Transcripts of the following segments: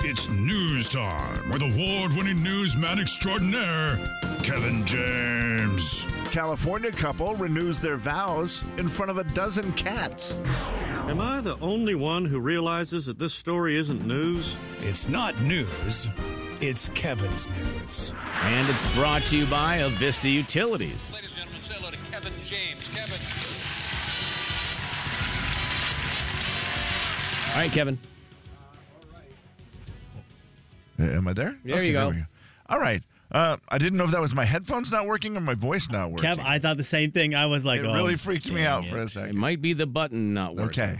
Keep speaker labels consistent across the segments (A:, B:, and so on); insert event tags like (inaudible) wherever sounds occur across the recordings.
A: It's news time with award winning newsman extraordinaire, Kevin James.
B: California couple renews their vows in front of a dozen cats.
C: Am I the only one who realizes that this story isn't news?
D: It's not news, it's Kevin's news.
E: And it's brought to you by Avista Utilities.
F: Ladies and gentlemen, say hello to Kevin James. Kevin.
E: All right, Kevin.
B: Uh, Am I there?
E: There you go.
B: we All right. Uh, I didn't know if that was my headphones not working or my voice not working.
G: Kev, I thought the same thing. I was like,
B: it
G: oh,
B: really freaked me out
G: dang
B: for
G: it.
B: a
E: It
B: second.
E: might be the button not working.
B: Okay.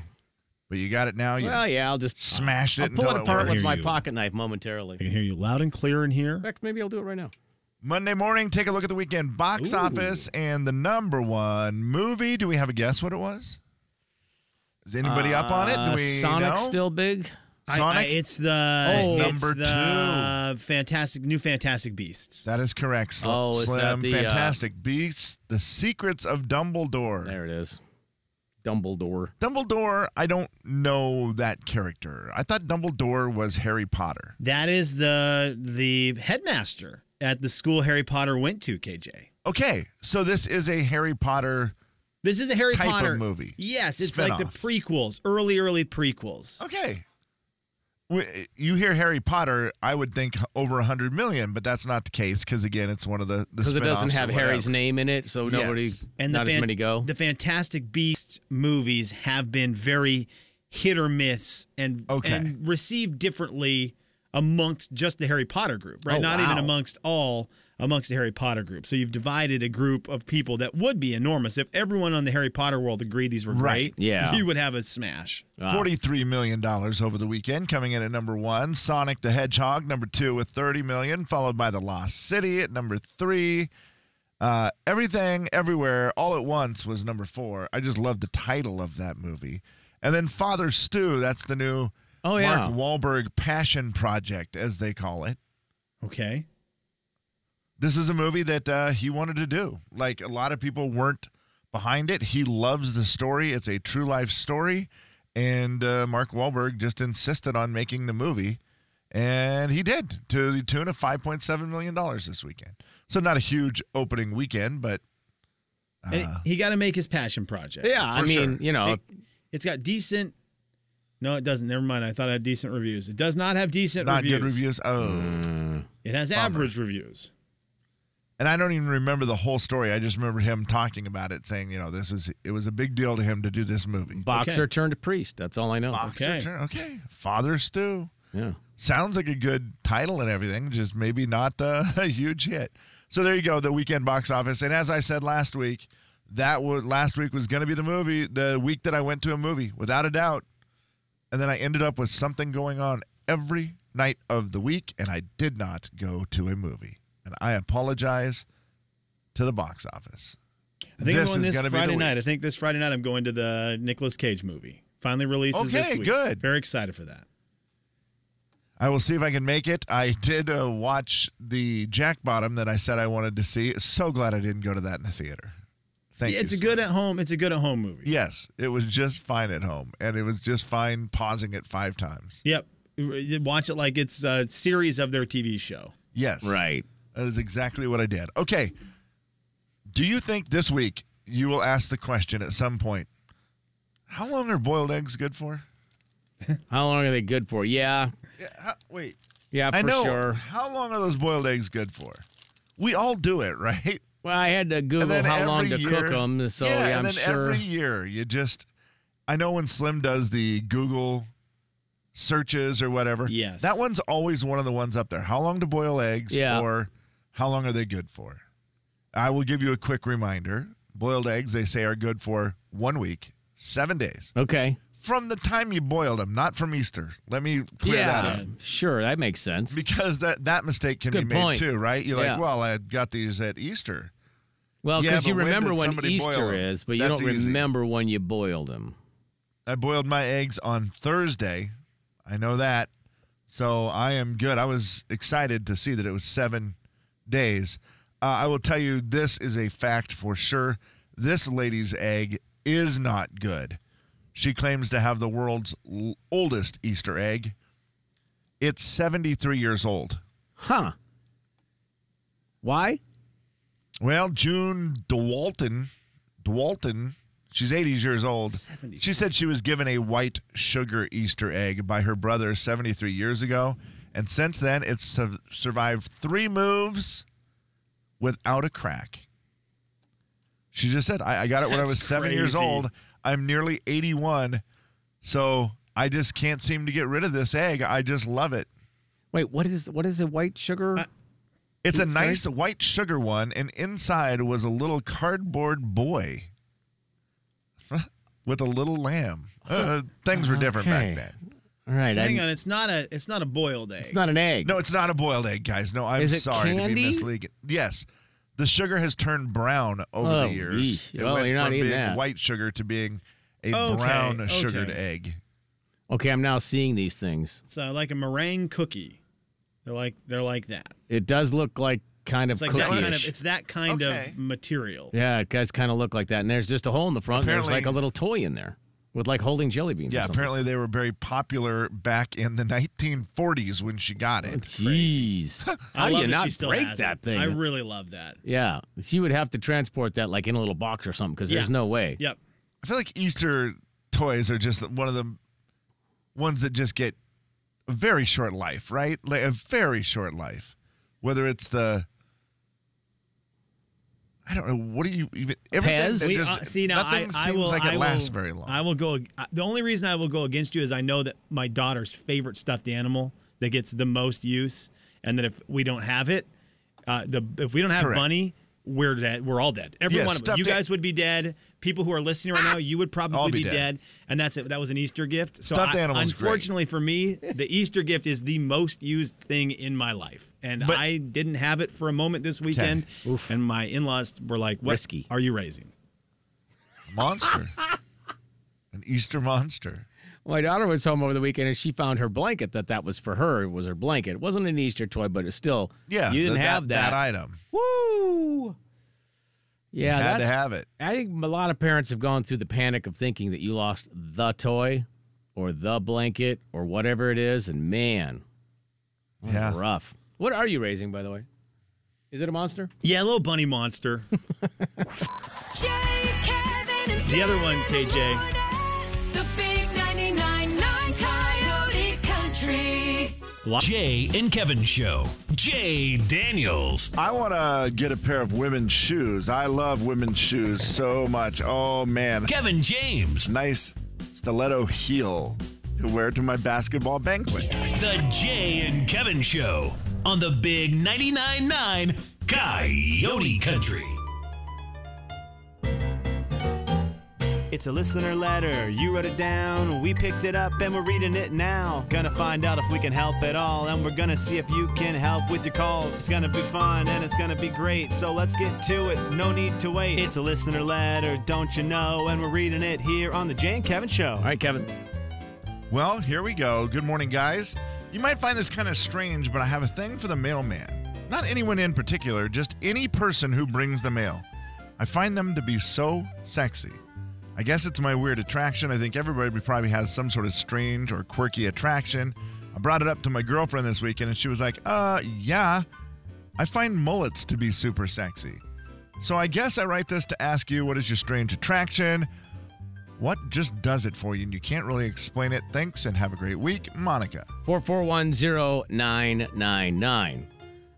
B: But you got it now. You
E: Well, yeah, I'll just
B: smashed it.
E: I'll pull
B: until
E: it apart
B: works.
E: with my
G: you.
E: pocket knife
G: I
E: momentarily.
G: can hear you loud and clear in
E: In
G: here.
E: fact, maybe I'll do it right now.
B: Monday morning, take a look at the weekend box
G: Ooh.
B: office and the number one movie. Do we have a guess what it was? Is anybody up on it? Do
E: Uh,
B: we
E: Sonic's
B: know?
E: still big.
G: I- I,
B: Sonic?
G: Uh, it's the
B: Oh,
G: it's
B: number
G: the Fantastic New Fantastic Beasts.
B: That is correct. Sl-
E: Oh, is
B: Slim,
E: that the, uh,
B: Fantastic Beasts, The Secrets of Dumbledore.
E: There it is. Dumbledore.
B: Dumbledore, I don't know that character. I thought Dumbledore was Harry Potter.
G: That is the the headmaster at the school Harry Potter went to. KJ.
B: Okay, so this is a Harry Potter.
G: This is a Harry
B: Type of
G: Potter
B: movie.
G: Yes, it's like
B: Spinoff.
G: the prequels, early early prequels.
B: Okay. W- You hear Harry Potter, I would think over 100 million, but that's not the case because, again, it's one of the.
E: Because it doesn't have Harry's name in it, so
B: Yes.
E: nobody,
G: And
E: not
G: the
E: as
G: fan-
E: many go.
G: The Fantastic Beasts movies have been very hit or miss and
B: Okay.
G: and received differently amongst just the Harry Potter group, right?
E: Oh,
G: Not even
E: wow.
G: amongst all amongst the Harry Potter group. So you've divided a group of people that would be enormous if everyone on the Harry Potter world agreed these were
B: Right,
G: great.
E: yeah.
G: (laughs) you would have a smash.
E: Ah.
B: $43 million over the weekend, coming in at number one. Sonic the Hedgehog, number two, with $30 million, followed by The Lost City at number three. Uh, Everything, Everywhere, All at Once was number four. I just love the title of that movie. And then Father Stew, that's the new
E: Oh, yeah.
B: Mark Wahlberg Passion Project, as they call it.
G: Okay.
B: this is a movie that uh, he wanted to do. Like a lot of people weren't behind it. He loves the story. It's a true life story, and uh, Mark Wahlberg just insisted on making the movie, and he did to the tune of five point seven million dollars this weekend. So not a huge opening weekend, but
G: And he got to make his passion project.
E: Ah. yeah, I
B: for sure.
E: mean, you know,
G: It, has got decent. No, it doesn't. Never mind. I thought it had decent reviews. It does not have decent
B: not
G: reviews.
B: good reviews. Oh,
G: It has average reviews.
B: and I don't even remember the whole story. I just remember him talking about it, saying, you know, this was it was a big deal to him to do this movie.
E: boxer turned priest. That's all I know.
B: Boxer,
G: okay.
B: turn- okay, Father Stew.
E: Yeah.
B: sounds like a good title and everything, just maybe not uh, a (laughs) huge hit. So there you go, the weekend box office. And as I said last week, that was last week was going to be the movie, the week that I went to a movie, without a doubt. And then I ended up with something going on every night of the week, and I did not go to a movie. And I apologize to the box office.
G: I think
B: This
G: I'm going
B: is
G: this
B: gonna be the
G: Friday
B: week.
G: night. I think this Friday night I'm going to the Nicolas Cage movie. Finally releases this
B: Okay,
G: week.
B: good.
G: Very excited for that.
B: I will see if I can make it. I did uh, watch the Jack Bottom that I said I wanted to see. So glad I didn't go to that in the theater. Thank you.
G: it's a
B: Slim.
G: good at home. It's a good at home movie.
B: Yes, it was just fine at home, and it was just fine pausing it five times.
G: Yep. You Watch it like it's a series of their TV show.
B: Yes,
E: Right.
B: That is exactly what I did. Okay. Do you think this week you will ask the question at some point? How long are boiled eggs good for?
E: How long are they good for? Yeah.
B: Yeah, how, wait,
E: Yeah, Uh, for
B: I know.
E: sure.
B: How long are those boiled eggs good for? We all do it, (laughs) right?
E: Well, I had to Google how long to
B: every
E: cook
B: year-
E: them, so
B: yeah,
E: yeah,
B: and
E: I'm
B: then
E: sure.
B: every year you just. I know when Slim does the Google searches or whatever.
G: Yes.
B: that one's always one of the ones up there. How long to boil eggs?
E: Yeah.
B: Or how long are they good for? I will give you a quick reminder. Boiled eggs, they say, are good for one week, seven days
E: Okay.
B: from the time you boiled them, not from Easter. Let me clear
E: yeah.
B: that up
E: Sure, that makes sense.
B: because that that mistake can
E: It's a
B: be
E: good
B: made
E: point.
B: too, right? You're
E: Yeah.
B: like, well, I got these at Easter.
E: well,
B: Yeah,
E: because you
B: but when
E: remember
B: did
E: when,
B: somebody boil
E: Easter
B: 'em?
E: is, but you
B: That's
E: don't
B: easy.
E: remember when you boiled them.
B: I boiled my eggs on Thursday. I know that. So I am good. I was excited to see that it was seven days. Uh, I will tell you, this is a fact for sure. This lady's egg is not good. She claims to have the world's l- oldest Easter egg. It's 73 years old.
E: Huh. Why?
B: Well, June DeWalton, DeWalton, she's 80 years old. She said she was given a white sugar Easter egg by her brother 73 years ago. And since then, it's su- survived three moves without a crack. She just said, I, I got it when I
G: That's
B: was seven years
G: crazy.
B: old. I'm nearly 81. So I just can't seem to get rid of this egg. I just love it.
E: Wait, what is what is a white
B: Uh,
E: sugar?
B: It's a nice white sugar one, and inside was a little cardboard boy (laughs) with a little lamb. Uh, things were different back
E: Okay.
B: then.
E: All right,
G: So hang
E: I-
G: on, it's not a it's not a boiled egg.
E: it's not an egg.
B: No, it's not a boiled egg, guys. No, I'm
E: Is it
B: sorry to
E: candy?
B: be misleading. Yes, the sugar has turned brown over
E: Oh,
B: the years.
E: yeesh. Well,
B: went
E: you're not
B: from
E: eating
B: being
E: that.
B: white sugar to being a
G: Okay,
B: brown sugared
G: okay.
B: egg.
E: Okay, I'm now seeing these things.
G: It's uh, like a meringue cookie. They're like they're like that.
E: It does look like kind of
G: It's like
E: cookie-ish.
G: that kind of it's that kind
B: Okay.
G: of material.
E: yeah, it does kind of look like that. And there's just a hole in the front. and there's
B: Apparently-
E: like a little toy in there with like holding jelly beans. or
B: Yeah,
E: something.
B: apparently they were very popular back in the (laughs) 1940s when she got it.
E: Jeez, (laughs) how
G: I
E: do
G: love
E: you
G: that
E: not
G: she still
E: break
G: has
E: that
G: it.
E: thing?
G: I really love that.
E: yeah, she would have to transport that like in a little box or something because there's
G: Yeah.
E: no way.
G: Yep.
B: I feel like Easter toys are just one of the ones that just get a very short life, right? Like a very short life. Whether it's the I don't know what do you even everything it
E: Pez? We-
G: We-
B: just-
G: uh, see now, I,
B: nothing
G: I
B: seems
G: will.
B: like
G: I
B: it
G: will,
B: lasts very long.
G: I will go. ag- I- The only reason I will go against you is I know that my daughter's favorite stuffed animal that gets the most use, and that if we don't have it, uh, the if we don't have
B: Correct.
G: bunny, we're dead. We're all dead. Every
B: Yeah,
G: one of them.
B: stuffed
G: You
B: a-
G: guys would be dead. People who are listening right now, you would probably
B: I'll be
G: be,
B: dead.
G: dead. And that's it. That was an Easter gift. So
B: Stuffed
G: I-
B: animal's great.
G: Unfortunately for me, the Easter gift is the most used thing in my life, and
B: But-
G: I didn't have it for a moment this weekend. And my in-laws were like, "What
E: Risky.
G: are you raising?" (laughs)
B: monster. An Easter monster.
E: My daughter was home over the weekend and she found her blanket that that was for her. It was her blanket. It wasn't an Easter toy, but it's still.
B: Yeah.
E: you didn't
B: th-
E: have that.
B: that item.
E: Woo! Yeah,
B: Had to
E: that's.
B: have it.
E: I think a lot of parents have gone through the panic of thinking that you lost the toy, or the blanket, or whatever it is, and man, that's
B: Yeah.
E: rough. What are you raising, by the way? Is it a monster?
G: Yellow bunny monster.
H: Jay, Kevin, and
G: The other
H: Slim
G: one,
H: in the
G: KJ.
H: morning. The big 99.9 Coyote Country.
D: Jay and Kevin Show. Jay Daniels.
B: I want to get a pair of women's shoes. I love women's shoes so much. Oh man,
D: Kevin James.
B: nice stiletto heel to wear to my basketball banquet.
D: The Jay and Kevin Show on the Big 99.9 9 Coyote Country.
I: It's a listener letter. You wrote it down. We picked it up and we're reading it now. Gonna find out if we can help at all. And we're gonna see if you can help with your calls. It's gonna be fun and it's gonna be great. So let's get to it. No need to wait. It's a listener letter, don't you know? And we're reading it here on The Jay and Kevin Show.
E: All right, Kevin.
B: Well, here we go. Good morning, guys. You might find this kind of strange, but I have a thing for the mailman. Not anyone in particular, just any person who brings the mail. I find them to be so sexy. I guess it's my weird attraction. I think everybody probably has some sort of strange or quirky attraction. I brought it up to my girlfriend this weekend, and she was like, uh, yeah, I find mullets to be super sexy. So I guess I write this to ask you what is your strange attraction? What just does it for you and you can't really explain it? Thanks and have a great week, Monica.
E: 4410999.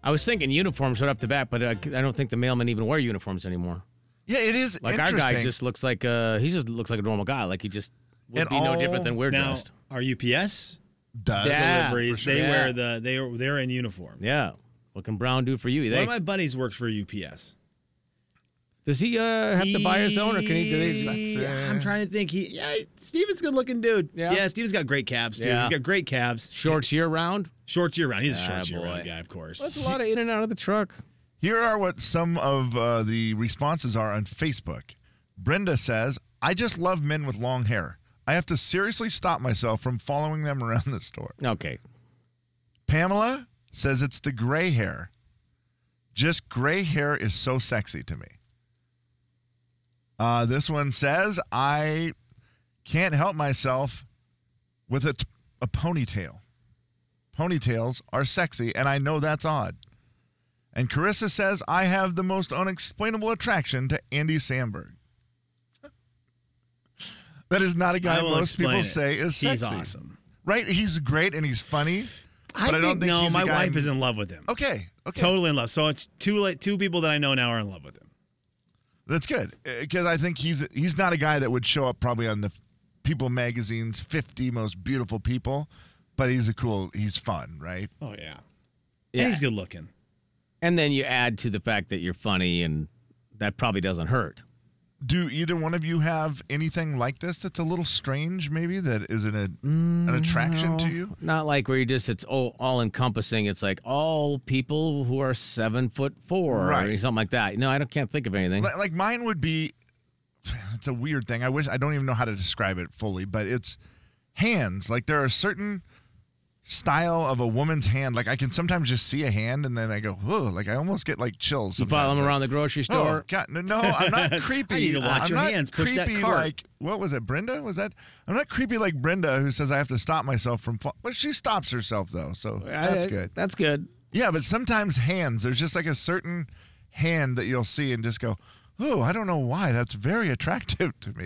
E: I was thinking uniforms right off the bat, but I, I don't think the mailmen even wear uniforms anymore.
B: Yeah, it is
E: Like our
B: interesting.
E: guy just looks like uh he just looks like a normal guy. Like he just would
B: And
E: be
B: all-
E: no different than we're
G: now,
E: dressed.
G: our UPS
B: does.
E: Yeah,
G: deliveries,
E: for sure.
G: they
E: Yeah.
G: wear the they are they're in uniform.
E: Yeah. What can Brown do for you?
G: One
E: They,
G: of my buddies works for UPS.
E: does he uh, have to buy his own, or can he? Do they,
G: He- I'm trying to think. He yeah, Steven's good looking dude.
E: Yeah.
G: Yeah, Steven's got great calves too.
E: Yeah.
G: He's got great calves.
E: shorts year round?
G: Shorts year round. He's a
E: Ah,
G: shorts year round
E: boy.
G: guy, of course.
E: That's a lot of in and out of the truck.
B: Here are what some of uh, the responses are on Facebook. Brenda says, I just love men with long hair. I have to seriously stop myself from following them around the store.
E: Okay.
B: Pamela says it's the gray hair. Just gray hair is so sexy to me. Uh, this one says I can't help myself with a, t- a ponytail. ponytails are sexy, and I know that's odd. And Carissa says I have the most unexplainable attraction to Andy Samberg. (laughs) that is not a guy
G: I will
B: most people
G: explain it.
B: say is
G: He's
B: sexy.
G: awesome.
B: Right? He's great and he's funny. But I don't think
G: no,
B: he's a
G: my
B: guy
G: wife
B: in-
G: is in love with him.
B: Okay. Okay.
G: Totally in love. So it's two like two people that I know now are in love with him.
B: That's good because I think he's he's not a guy that would show up probably on the People magazine's 50 most beautiful people, but he's a cool, he's fun, right?
G: Oh yeah.
E: Yeah.
G: And he's good looking.
E: And then you add to the fact that you're funny, and that probably doesn't hurt.
B: Do either one of you have anything like this that's a little strange, maybe that is an an attraction to you?
E: Not like where you just it's all, all encompassing. It's like all people who are seven foot four or
B: Right.
E: something like that. No, I don't, can't think of anything.
B: Like, like mine would be. It's a weird thing. I wish I don't even know how to describe it fully, but it's hands. Like there are certain style of a woman's hand. Like I can sometimes just see a hand, and then I go, oh, like I almost get like chills.
E: you follow
B: sometimes.
E: them around the grocery
B: Oh,
E: store.
B: God, no, no, I'm
E: (laughs)
B: not creepy.
G: I need to watch
B: I'm
G: your
B: not
G: hands. Push that
B: creepy
G: cart.
B: Like what was it, Brenda? Was that? I'm not creepy like Brenda, who says I have to stop myself from. Fall- but she stops herself though, so that's
E: I-
B: good.
E: That's good.
B: Yeah, but sometimes hands. There's just like a certain hand that you'll see and just go, "Oh, I don't know why. That's very attractive to me."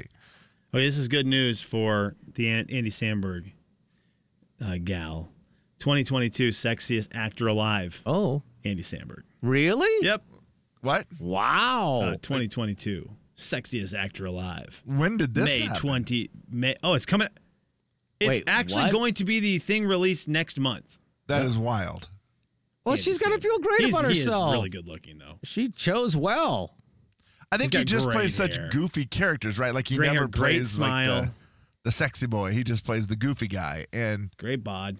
G: Okay, this is good news for the An- Andy Samberg uh, gal. 2022 sexiest actor alive,
E: Oh,
G: Andy Samberg.
E: really?
G: Yep.
B: What?
E: Wow.
G: Uh, 2022 sexiest actor alive.
B: When did this?
G: May
B: happen?
G: 20 May. Oh, it's coming. It's
E: Wait,
G: actually
E: what?
G: going to be the thing released next month.
B: That is wild.
E: well,
G: Andy
E: she's got to
G: Samberg.
E: feel great
G: He's-
E: about
G: he is
E: herself.
G: really good looking though.
E: She chose well.
B: I think
G: He's
B: he
G: got
B: just
G: great
B: plays
G: hair.
B: such goofy characters, right? Like he
G: Great
B: never
G: hair, great
B: plays
G: smile.
B: like the, the sexy boy. He just plays the goofy guy, and
G: Great bod.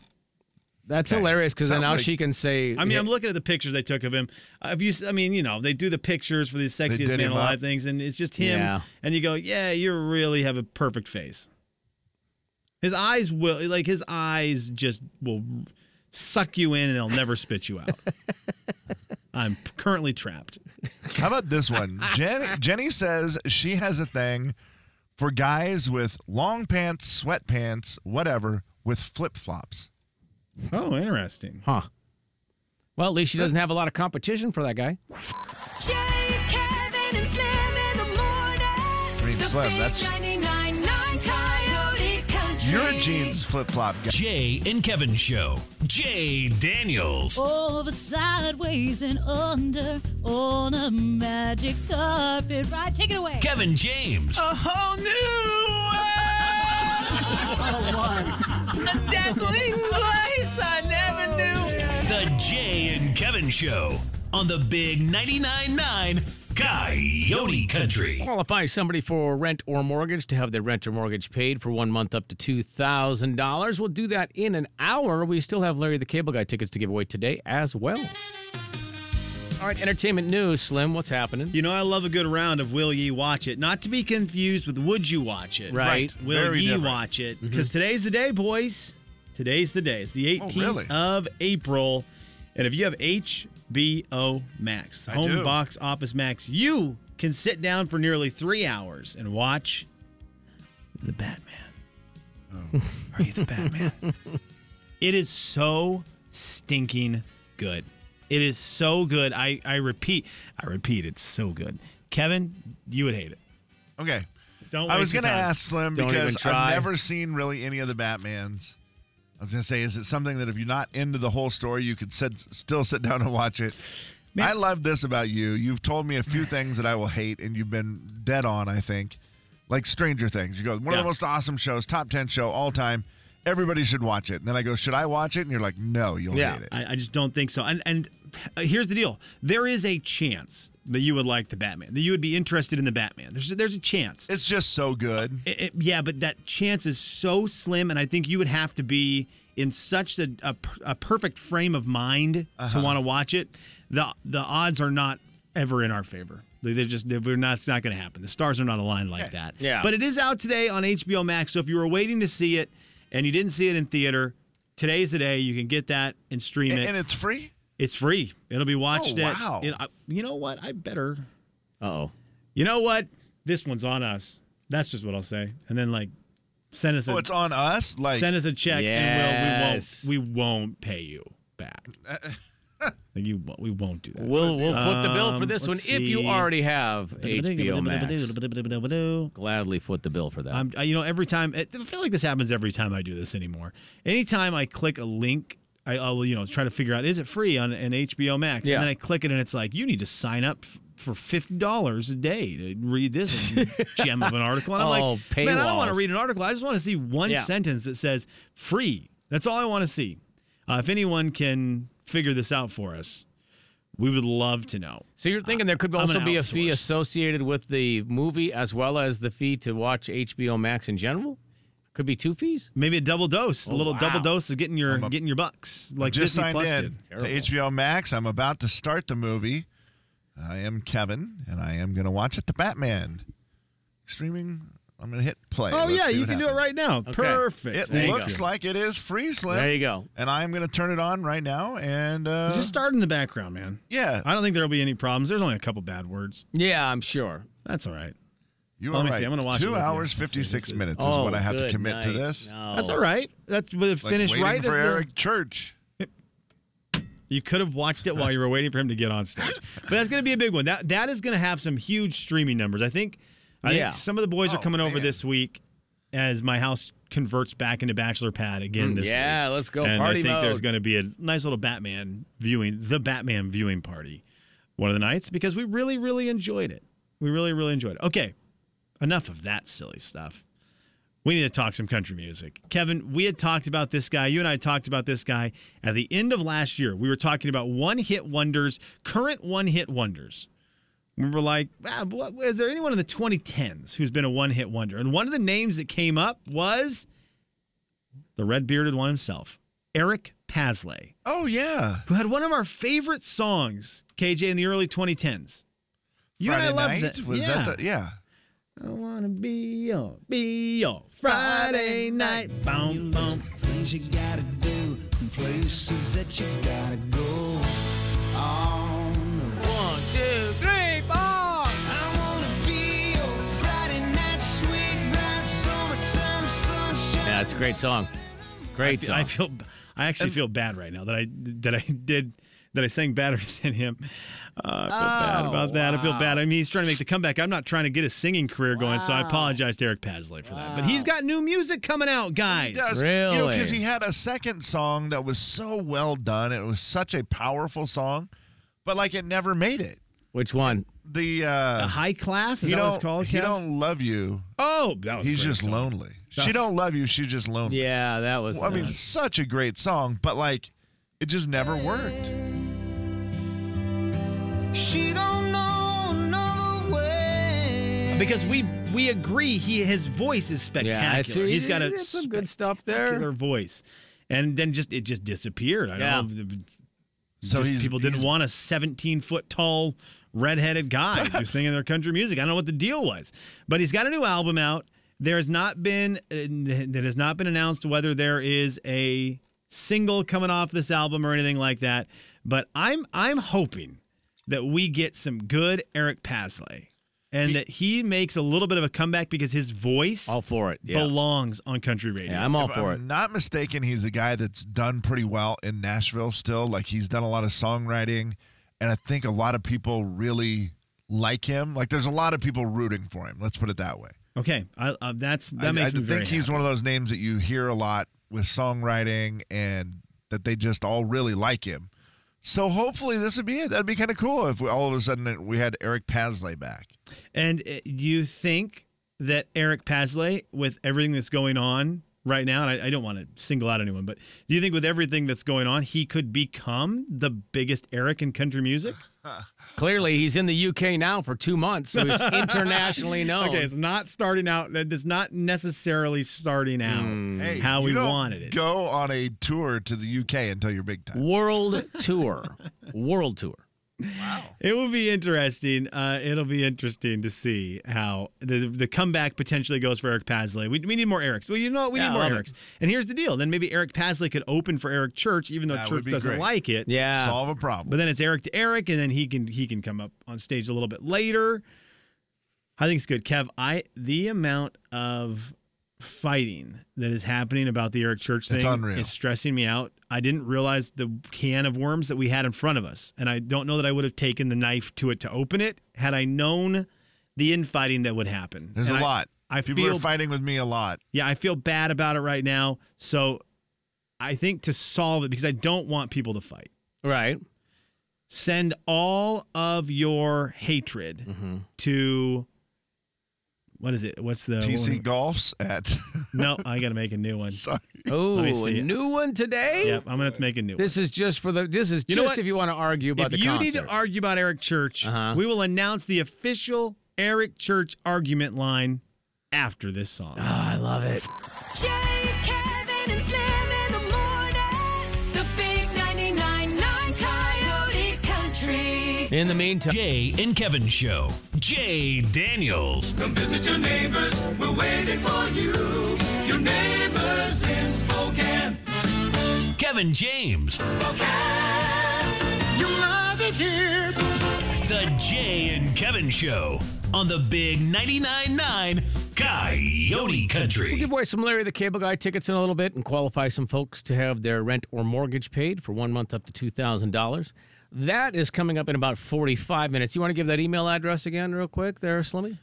E: That's
B: Okay.
E: hilarious because then
B: Sounds
E: now
B: like-
E: she can say.
G: I mean, I'm looking at the pictures they took of him. Have you? I mean, you know, they do the pictures for these
B: did
G: sexiest man
B: him up.
G: alive things, and it's just him.
E: Yeah.
G: And you go, yeah, you really have a perfect face. His eyes will, like, his eyes just will suck you in, and they'll never spit you out. I'm currently trapped.
B: How about this
G: (laughs)
B: one? Jen, Jenny says she has a thing for guys with long pants, sweatpants, whatever, with flip flops.
G: Oh, interesting.
E: huh. Well, at least she doesn't have a lot of competition for that guy.
H: Jay, Kevin, and Slim in the morning.
B: I mean,
H: the
B: Slim,
H: big
B: that's-
H: 99.9 Coyote Country.
B: You're a jeans flip flop guy.
D: Jay and Kevin Show. Jay Daniels.
J: Over, sideways, and under on a magic carpet ride. Take it away.
D: Kevin James.
I: A whole new world. A dazzling place I never knew.
D: The Jay and Kevin Show on the Big 99.9 9 Coyote Country.
E: Qualify somebody for rent or mortgage to have their rent or mortgage paid for one month up to $2,000. We'll do that in an hour. We still have Larry the Cable Guy tickets to give away today as well. All right, entertainment news. Slim, what's happening?
G: You know, I love a good round of Will Ye Watch It. Not to be confused with Would You Watch It.
E: Right.
B: Right.
G: Will
B: Very
G: Ye
B: different. Mm-hmm.
G: Watch It? Because today's the day, boys. Today's the day. It's the 18th
B: Oh, really?
G: of April. And if you have HBO Max, Home
B: do.
G: Box Office Max, you can sit down for nearly three hours and watch The Batman.
B: Oh.
G: Are you the Batman? It is so stinking good. It is so good. I, I repeat, I repeat, it's so good. Kevin, you would hate it.
B: Okay.
G: Don't.
B: I
G: waste
B: was
G: your
B: going to
G: time.
B: ask Slim
E: Don't even
B: because
E: try.
B: I've never seen really any of the Batmans. I was going to say, is it something that if you're not into the whole story, you could sit, still sit down and watch it? I love this about you. You've told me a few things that I will hate, and you've been dead on, I think. Like Stranger Things. You go, one
G: Yeah.
B: of the most awesome shows, top 10 show all time. Everybody should watch it. And then I go, should I watch it? And you're like, no, you'll
E: Yeah.
B: hate it.
G: I, I just don't think so. And and uh, here's the deal: there is a chance that you would like the Batman, that you would be interested in the Batman. There's there's a chance.
B: It's just so good.
G: It- it- yeah, but that chance is so slim, and I think you would have to be in such a a, per- a perfect frame of mind to want to watch it. the The odds are not ever in our favor. They- They're just they we're not. It's not going to happen. The stars are not aligned like that.
E: Yeah.
G: But it is out today on HBO Max. So if you were waiting to see it and you didn't see it in theater, today's the day you can get that and stream
B: And,
G: it.
B: and it's free?
G: It's free. It'll be watched
B: Oh,
G: at.
B: wow.
G: it- I- you know what? I better.
E: Uh oh.
G: You know what? This one's on us. That's just what I'll say. And then like Send us. A,
B: Oh, it's on us. Like
G: send us a check,
E: Yes.
G: and we'll, we won't we won't pay you back. Like you, won't- we won't do that.
E: We'll we'll foot the bill for this
G: Um,
E: one
G: let's
E: if you
G: see.
E: already have HBO Max. Gladly foot the bill for that.
G: I'm, I- you know, every time I feel like this happens every time I do this anymore. Anytime I click a link, I, I will, you know, try to figure out is it free on an HBO Max,
E: Yeah.
G: and then I click it, and it's like you need to sign up f- for fifty dollars a day to read this gem of an article. And I'm
E: Oh,
G: like, man, I don't want
E: paywalls.
G: to read an article. I just want to see one
I: Yeah.
G: sentence that says free. That's all I want to see. Uh, if anyone can figure this out for us, we would love to know.
E: so you're thinking there could
G: I'm
E: also
G: an
E: be a fee
G: outsource.
E: associated with the movie as well as the fee to watch HBO Max in general? Could be two fees.
G: Maybe a double dose, a little
E: wow.
G: double dose of getting your
B: a-
G: getting your bucks, like
B: just
G: Disney
B: signed
G: Plus did.
B: in
E: Terrible.
B: to HBO Max. I'm about to start the movie. I am Kevin, and I am going to watch it. The Batman streaming. I'm going to hit play.
G: Oh
B: Let's
G: yeah,
B: see
G: you
B: what
G: can do it
B: happens.
G: right now. Perfect.
B: It
G: There you
B: looks
G: go.
B: like it is free, Slim.
E: There you go.
B: And I'm going to turn it on right now. And uh,
G: just start in the background, man.
B: yeah,
G: I don't think there'll be any problems. There's only a couple bad words.
E: Yeah, I'm sure.
G: That's all right.
B: you
G: Let
B: are
G: me
B: right.
G: see. I'm gonna watch it
B: Two
G: with you.
B: hours
G: Let's see, this
B: 56
G: is- Oh,
B: minutes is
E: Oh,
B: what I have to commit to this.
G: That's all right. That's with it
B: Oh. Like
G: finished
B: waiting
G: right.
B: for
G: is the-
B: Eric Church.
G: you could have watched it while you were waiting for him to get on stage. But that's going to be a big one. That that is going to have some huge streaming numbers. I think. I
E: Yeah.
G: think some of the boys
B: Oh,
G: are coming over
B: man.
G: this week as my house converts back into bachelor pad again this week.
E: Mm, Yeah, let's go.
G: and
E: Party
G: I think
E: mode.
G: there's going to be a nice little Batman viewing, the Batman viewing party, one of the nights because we really, really enjoyed it. We really, really enjoyed it. Okay, enough of that silly stuff. We need to talk some country music. Kevin, we had talked about this guy. You and I had talked about this guy at the end of last year. We were talking about one hit wonders, current one hit wonders. We were like, ah, what- is there anyone in the 2010s who's been a one hit wonder? And one of the names that came up was the red bearded one himself, Eric Pasley,
B: Oh yeah,
G: who had one of our favorite songs, KJ, in the early 2010s. You
B: Friday
G: and I loved
B: night
G: that.
B: was
G: yeah.
B: that? The, yeah.
G: I wanna be on, be on Friday night. Boom, boom.
K: Things you gotta do, and places that you gotta go. On the road.
E: One, two, three, four.
K: I wanna be your Friday night sweet ride, summertime sunshine.
E: Yeah, it's a great song.
G: I,
E: Great
G: fe-
E: song.
G: I (laughs) feel, I actually feel bad right now that I that I did that I sang better (laughs) than him. Uh, I feel bad
E: Oh,
G: about that. I feel
E: wow.
G: bad. I mean, he's trying to make the comeback. I'm not trying to get his singing career going, so I apologize to Eric Pasley for that. But he's got new music coming out, guys.
B: does. You know, because
E: Really?
B: he had a second song that was so well done. It was such a powerful song, but like it never made it.
E: Which one?
B: The uh,
G: The high class is
B: he
G: that what
B: don't,
G: it's called?
B: he
G: Kev?
B: don't love you.
G: Oh, that was a
B: He's
G: great
B: just
G: song.
B: lonely. she
G: That's-
B: don't love you. She's just lonely.
E: Yeah, that was.
B: Well, I mean,
E: uh,
B: such a great song, but like it just never worked.
K: She don't know another way.
G: Because we we agree he his voice is spectacular.
E: Yeah, it's-
G: He's got a
E: it's some good stuff there.
G: spectacular voice, and then just it just disappeared. I
E: Yeah.
G: don't know.
B: So
G: So
B: he's-
G: people didn't
B: he's-
G: want a 17 foot tall redheaded guy who's singing their country music. I don't know what the deal was, but he's got a new album out. There has not been uh, that has not been announced whether there is a single coming off this album or anything like that. But I'm I'm hoping that we get some good Eric Pasley and that he makes a little bit of a comeback because his voice
E: all for it. Yeah,
G: belongs on country radio.
E: yeah I'm all
B: If
E: for it.
B: I'm not mistaken, he's a guy that's done pretty well in Nashville still. Like he's done a lot of songwriting, and I think a lot of people really like him. Like there's a lot of people rooting for him. Let's put it that way.
G: okay, I, uh, that's that
B: I,
G: makes
B: I
G: me
B: think
G: very
B: he's
G: happy.
B: one of those names that you hear a lot with songwriting, and that they just all really like him. So hopefully this would be it. That'd be kind of cool if we, all of a sudden we had Eric Pasley back.
G: And uh, you think that Eric Pasley, with everything that's going on right now, and I, I don't want to single out anyone, but do you think with everything that's going on, he could become the biggest Eric in country music?
E: Clearly, he's in the UK now for two months, so he's internationally known.
G: Okay, it's not starting out. It's not necessarily starting out
B: Hey,
G: how
B: you
G: we
B: don't
G: wanted it.
B: Go on a tour to the UK until you're big time.
E: World tour, world tour.
G: It will be interesting. Uh, it'll be interesting to see how the the comeback potentially goes for Eric Pasley. We, we need more Erics. Well, you know what? We
E: Yeah, I
G: need more
E: love it.
G: Erics. And here's the deal. Then maybe Eric Pasley could open for Eric Church, even though
B: That would
G: Church
B: be
G: doesn't
B: great.
G: like it.
E: Yeah,
B: Solve a problem.
G: But then it's Eric to Eric, and then he can he can come up on stage a little bit later. I think it's good, Kev. I the amount of fighting that is happening about the Eric Church thing
B: It's unreal.
G: is stressing me out. I didn't realize the can of worms that we had in front of us, and I don't know that I would have taken the knife to it to open it had I known the infighting that would happen.
B: There's
G: And
B: a
G: I-
B: lot.
G: I
B: People
G: feel
B: are fighting with me a lot.
G: yeah, I feel bad about it right now. So I think to solve it, because I don't want people to fight.
E: Right.
G: Send all of your hatred
E: Mm-hmm.
G: to what is it? What's the
B: TC Golfs at. (laughs)
G: no, I got to make a new
E: (laughs)
G: one.
B: Sorry.
E: Oh,
G: Let me see
E: a
G: it.
E: new one today.
G: Yep, I'm gonna have to make a new
E: This is just for the. This is
G: You know
E: just
G: what?
E: if you want to argue
G: one.
E: about
G: If
E: the
G: you
E: concert.
G: need to argue about Eric Church,
E: Uh-huh.
G: we will announce the official Eric Church argument line after this song.
E: I love it.
H: Jay, Kevin, and Slim in the morning. The big 99.9 Coyote Country.
E: In the meantime,
D: Jay and Kevin Show. Jay Daniels.
L: Come visit your neighbors. We're waiting for you. Your neighbors in Spokane.
D: Kevin James. The Jay and Kevin Show on the Big 99.9 Coyote
E: We'll
D: Country.
E: give away some Larry the Cable Guy tickets in a little bit and qualify some folks to have their rent or mortgage paid for one month up to $2,000. That is coming up in about 45 minutes. You want to give that email address again, real quick, there, Slimmy?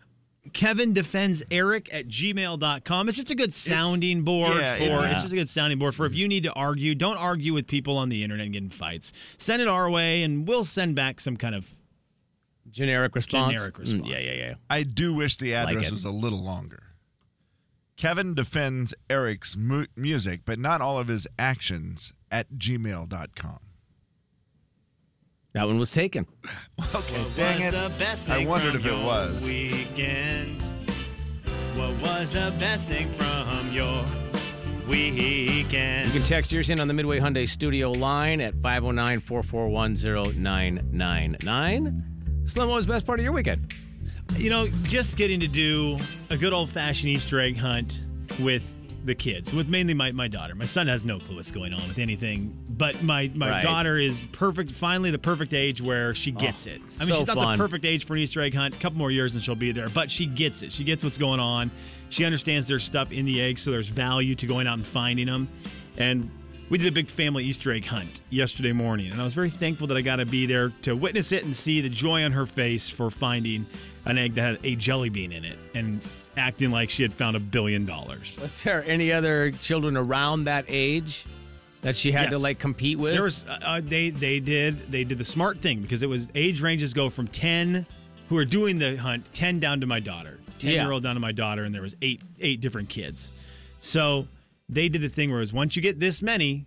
G: Kevin defends Eric at gmail.com. It's just a good sounding board
E: yeah,
G: for
E: it is.
G: it's just a good sounding board for if you need to argue, don't argue with people on the internet and get in fights. Send it our way and we'll send back some kind of
E: Generic response. Mm,
G: Generic response.
E: yeah, yeah, yeah.
B: I do wish the
G: like
B: address
G: it.
B: was a little longer. Kevin defends Eric's mu- music, but not all of his actions at gmail.com.
E: That one was taken.
B: Okay, dang it.
I: the best
B: I
I: thing
B: wondered
I: from
B: if it
I: your
B: was.
I: Weekend. What was the best thing from your weekend?
E: You can text yours in on the Midway Hyundai studio line at 509 441 0999. Slim, what was the best part of your weekend?
G: you know, just getting to do a good old fashioned Easter egg hunt with the kids, with mainly my, my daughter. My son has no clue what's going on with anything, but my, my
E: Right.
G: daughter is perfect, finally the perfect age where she gets
B: Oh,
G: it. I mean,
E: so
G: she's not
E: fun.
G: the perfect age for an Easter egg hunt. A couple more years and she'll be there, but she gets it. She gets what's going on. She understands there's stuff in the eggs, so there's value to going out and finding them. And we did a big family Easter egg hunt yesterday morning, and I was very thankful that I got to be there to witness it and see the joy on her face for finding an egg that had a jelly bean in it and acting like she had found a billion dollars.
E: Was there any other children around that age that she had to
G: Yes.
E: like compete with?
G: There was uh, uh, they they did they did the smart thing because it was age ranges go from ten who are doing the hunt ten down to my daughter ten
E: Yeah.
G: year old down to my daughter and there was eight eight different kids, so they did the thing where it was once you get this many,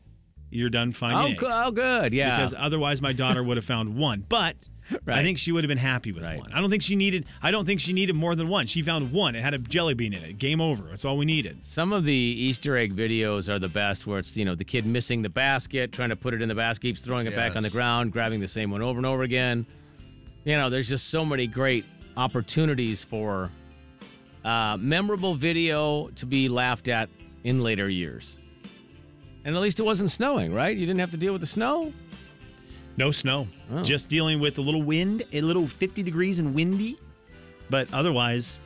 G: you're done
E: oh,
G: finding
E: go-
G: eggs.
E: oh, good. Yeah.
G: Because otherwise, my daughter would have found one. But
E: (laughs)
G: I think she would have been happy with one. I don't think she needed. I don't think she needed more than one. She found one. It had a jelly bean in it. Game over. That's all we needed.
E: Some of the Easter egg videos are the best where it's, you know, the kid missing the basket, trying to put it in the basket, keeps throwing it back on the
B: Yes.
E: ground, grabbing the same one over and over again. You know, there's just so many great opportunities for uh, memorable video to be laughed at in later years. And at least it wasn't snowing, right? You didn't have to deal with the snow.
G: No snow.
B: Oh.
G: Just dealing with a little wind, a little 50 degrees and windy. But otherwise,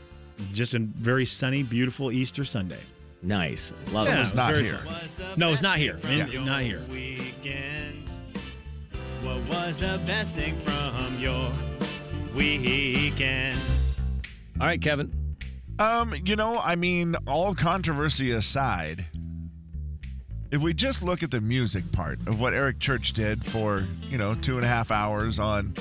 G: just a very sunny, beautiful Easter Sunday.
E: Nice.
G: Love it.
B: Someone's
G: Yeah,
B: not
G: very
B: here.
G: fun. No, it's not here. Man,
I: Yeah.
G: Not here.
I: Weekend. What was the best thing from your weekend?
E: All right, Kevin.
B: Um, you know, I mean, all controversy aside, if we just look at the music part of what Eric Church did for, you know, two and a half hours on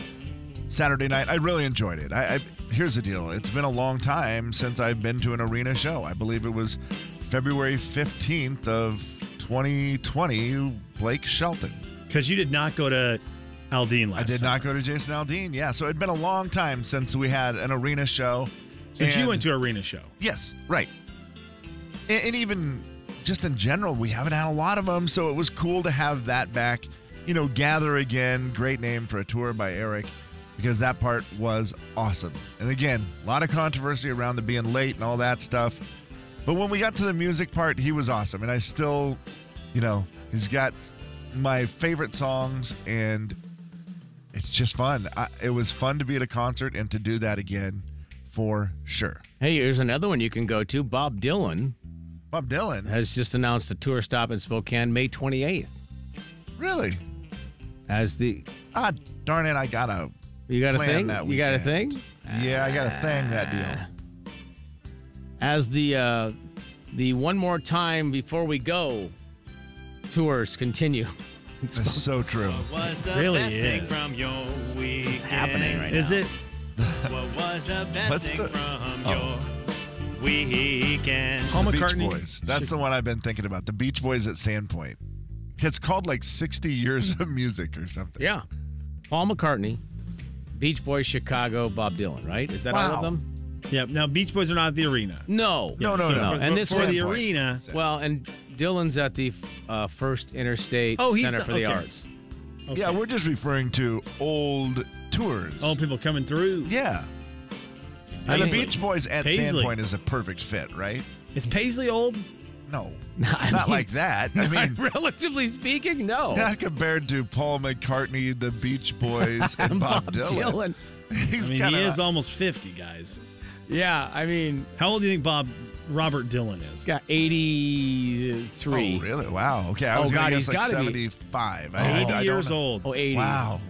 B: Saturday night, I really enjoyed it. I, I here's the deal. It's been a long time since I've been to an arena show. I believe it was February 15th of 2020, Blake Shelton.
G: Because you did not go to Aldine last
B: I did
G: summer.
B: not go to Jason Aldean. Yeah, so it'd been a long time since we had an arena show.
G: Since you
B: And-
G: went to Arena Show.
B: Yes, right. And, and even just in general, we haven't had a lot of them, so it was cool to have that back. You know, Gather Again, great name for a tour by Eric, because that part was awesome. And again, a lot of controversy around the being late and all that stuff. But when we got to the music part, he was awesome. And I still, you know, he's got my favorite songs, and it's just fun. I, it was fun to be at a concert and to do that again for sure.
E: Hey, here's another one you can go to Bob Dylan
B: Bob Dylan
E: has just announced a tour stop in Spokane May 28th.
B: Really?
E: As the
B: ah darn it, I got a
E: you got a
B: plan
E: thing
B: that
E: you got a
B: weekend.
E: thing
B: Yeah, I got a thing that
E: Ah.
B: deal.
E: as the uh, the one more time before we go tours continue. (laughs)
B: That's so true.
I: was the
E: Really
I: best thing
E: is.
I: from your weekend? It's
E: happening right Is now. it?
I: what was the best
B: What's
I: thing
B: the-
I: from
B: Oh.
I: your weekend?
B: The Beach Boys. That's the one I've been thinking about. The Beach Boys at Sandpoint. It's called like 60 years of (laughs) music or something.
E: Yeah, Paul McCartney, Beach Boys, Chicago, Bob Dylan. Right? Is that all
G: Wow.
E: of them?
G: Yep. Now Beach Boys are not at the arena.
E: No,
G: Yeah, so for-
E: And this
G: for
E: one-
G: the arena.
E: Well, and Dylan's at the uh, First Interstate
G: Oh, he's
E: Center
G: the-
E: for the
G: okay.
E: Arts.
B: Yeah, we're just referring to old tours.
G: Old people coming through.
B: Yeah. And the
G: Paisley.
B: Beach Boys at
G: Paisley.
B: Sandpoint is a perfect fit, right?
G: Is Paisley old? (laughs)
B: No. not like that. I mean,
E: (laughs) relatively speaking, no. (laughs)
B: not compared to Paul McCartney, the Beach Boys, and (laughs) Bob, Dylan.
G: I mean,
B: kinda-
G: he is almost 50, guys.
E: Yeah, I mean,
G: how old do you think Bob Robert Dylan is?
E: Got 83.
B: Oh, really? Wow. Okay, I was
E: Oh,
B: gonna
E: God,
B: guess
E: he's
B: like
E: gotta be-
B: 75. I- I,
G: 80
B: I don't
G: years
B: know.
G: old.
E: Oh, 80.
B: Wow.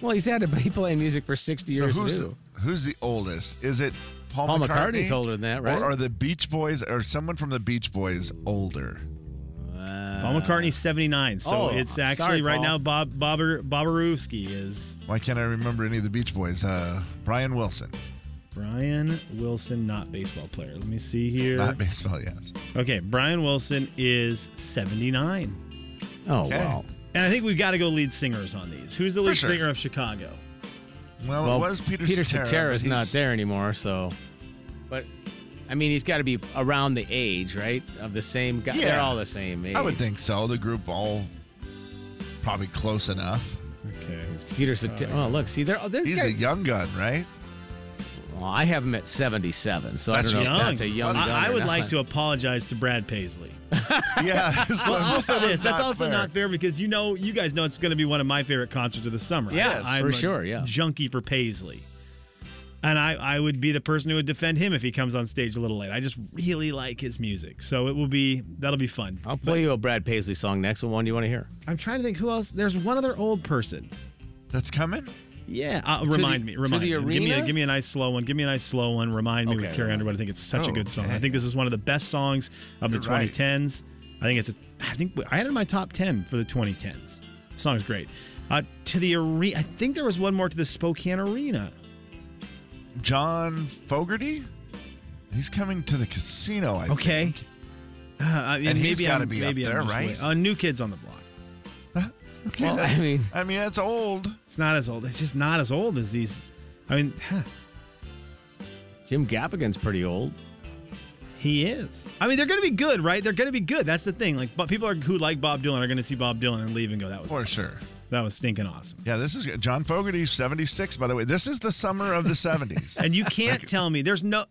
E: Well, he's had to be playing music for 60
B: So
E: years,
B: who's,
E: too.
B: who's the oldest? Is it Paul,
E: Paul
B: McCartney?
E: McCartney's older than that, right?
B: Or are the Beach Boys or someone from the Beach Boys older?
G: Paul McCartney's 79, so
B: Oh,
G: it's
B: sorry,
G: actually right
B: Paul.
G: now Bob Bobber Bobarowski is
B: Why can't I remember any of the Beach Boys? Uh, Brian Wilson.
G: Brian Wilson, not baseball player. Let me see here.
B: Not baseball, yes.
G: Okay, Brian Wilson is 79.
E: Oh,
B: Okay. wow.
G: And I think we've got to go lead singers on these. Who's the
B: For
G: lead
B: sure.
G: singer of Chicago?
B: Well, it was Peter, Cetera, but
E: Cetera's not
B: he's-
E: there anymore, so. But, I mean, he's got to be around the age, right? Of the same guy. They're all the same age.
B: I would think so. The group all probably close enough.
G: Okay.
E: Peter Cetera. Oh, look, see, there. oh, there's
B: He's
E: guy-
B: a young gun,
G: (laughs)
B: right?
E: Well, I have him at 77, so I don't know if that's a young gun
G: I, I
E: or
G: would
E: not.
G: like to apologize to Brad Paisley.
B: Yeah. (laughs)
G: well, also this. That's
E: not
G: also
E: fair.
G: not fair because you know, you guys know it's going to be one of my favorite concerts of the summer.
E: Yeah,
G: I'm
E: for
G: a
E: sure, yeah.
G: junkie for Paisley, and I I would be the person who would defend him if he comes on stage a little late. I just really like his music, so it will be that'll be fun.
E: I'll play you a Brad Paisley song next. What one do you want to hear?
G: I'm trying to think who else. There's one other old person.
B: That's coming.
G: Yeah, uh,
E: To the-
G: remind me.
E: to
G: Remind
E: the
G: me. Give me, a,
E: arena?
G: give me a nice slow one. Give me a nice slow one. Remind me with
E: Okay. Oh,
G: Carrie Underwood. I think it's such a good song. I
E: Okay.
G: think this is one of the best songs of the
E: You're right.
G: 2010s. I think it's. A, I think I had it in my top 10 for the 2010s. The song's great. Uh, to the arena. I think there was one more to the Spokane Arena.
B: John Fogerty? He's coming to the casino, I
G: Okay.
B: think.
G: Uh, I mean,
B: And
G: maybe
B: he's gotta
G: I'm-
B: be up
G: maybe I'm
B: there,
G: just
B: right?
G: way- Uh, new kids on the block.
B: Okay,
G: Well,
B: that-
G: I mean-
B: I mean, that's old.
G: It's not as old. It's just not as old as these. I mean, huh.
E: Jim Gaffigan's pretty old.
G: He is. I mean, they're going to be good, right? They're going to be good. That's the thing. Like, but people are, who like Bob Dylan are going to see Bob Dylan and leave and go, "That was
B: For sure.
G: that was stinking awesome."
B: Yeah, this is John Fogerty, 76, by the way. This is the summer of the
G: (laughs)
B: 70s.
G: And you can't tell me there's no.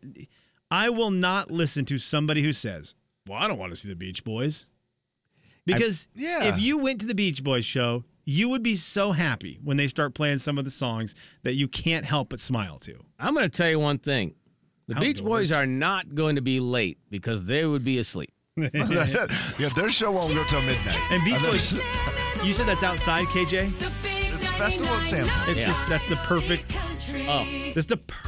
G: I will not listen to somebody who says, "Well, I don't want to see the Beach Boys," because
B: I- Yeah.
G: if you went to the Beach Boys show, you would be so happy when they start playing some of the songs that you can't help but smile to.
E: I'm going to tell you one thing. The Beach Boys are not going to be late because they would be asleep.
B: (laughs) yeah, their show won't go till midnight.
G: And Beach Boys, you said that's outside, KJ.
H: It's
B: festival at Sandpoint.
G: It's
B: Yeah.
G: just that's the perfect.
H: country.
G: That's the perfect.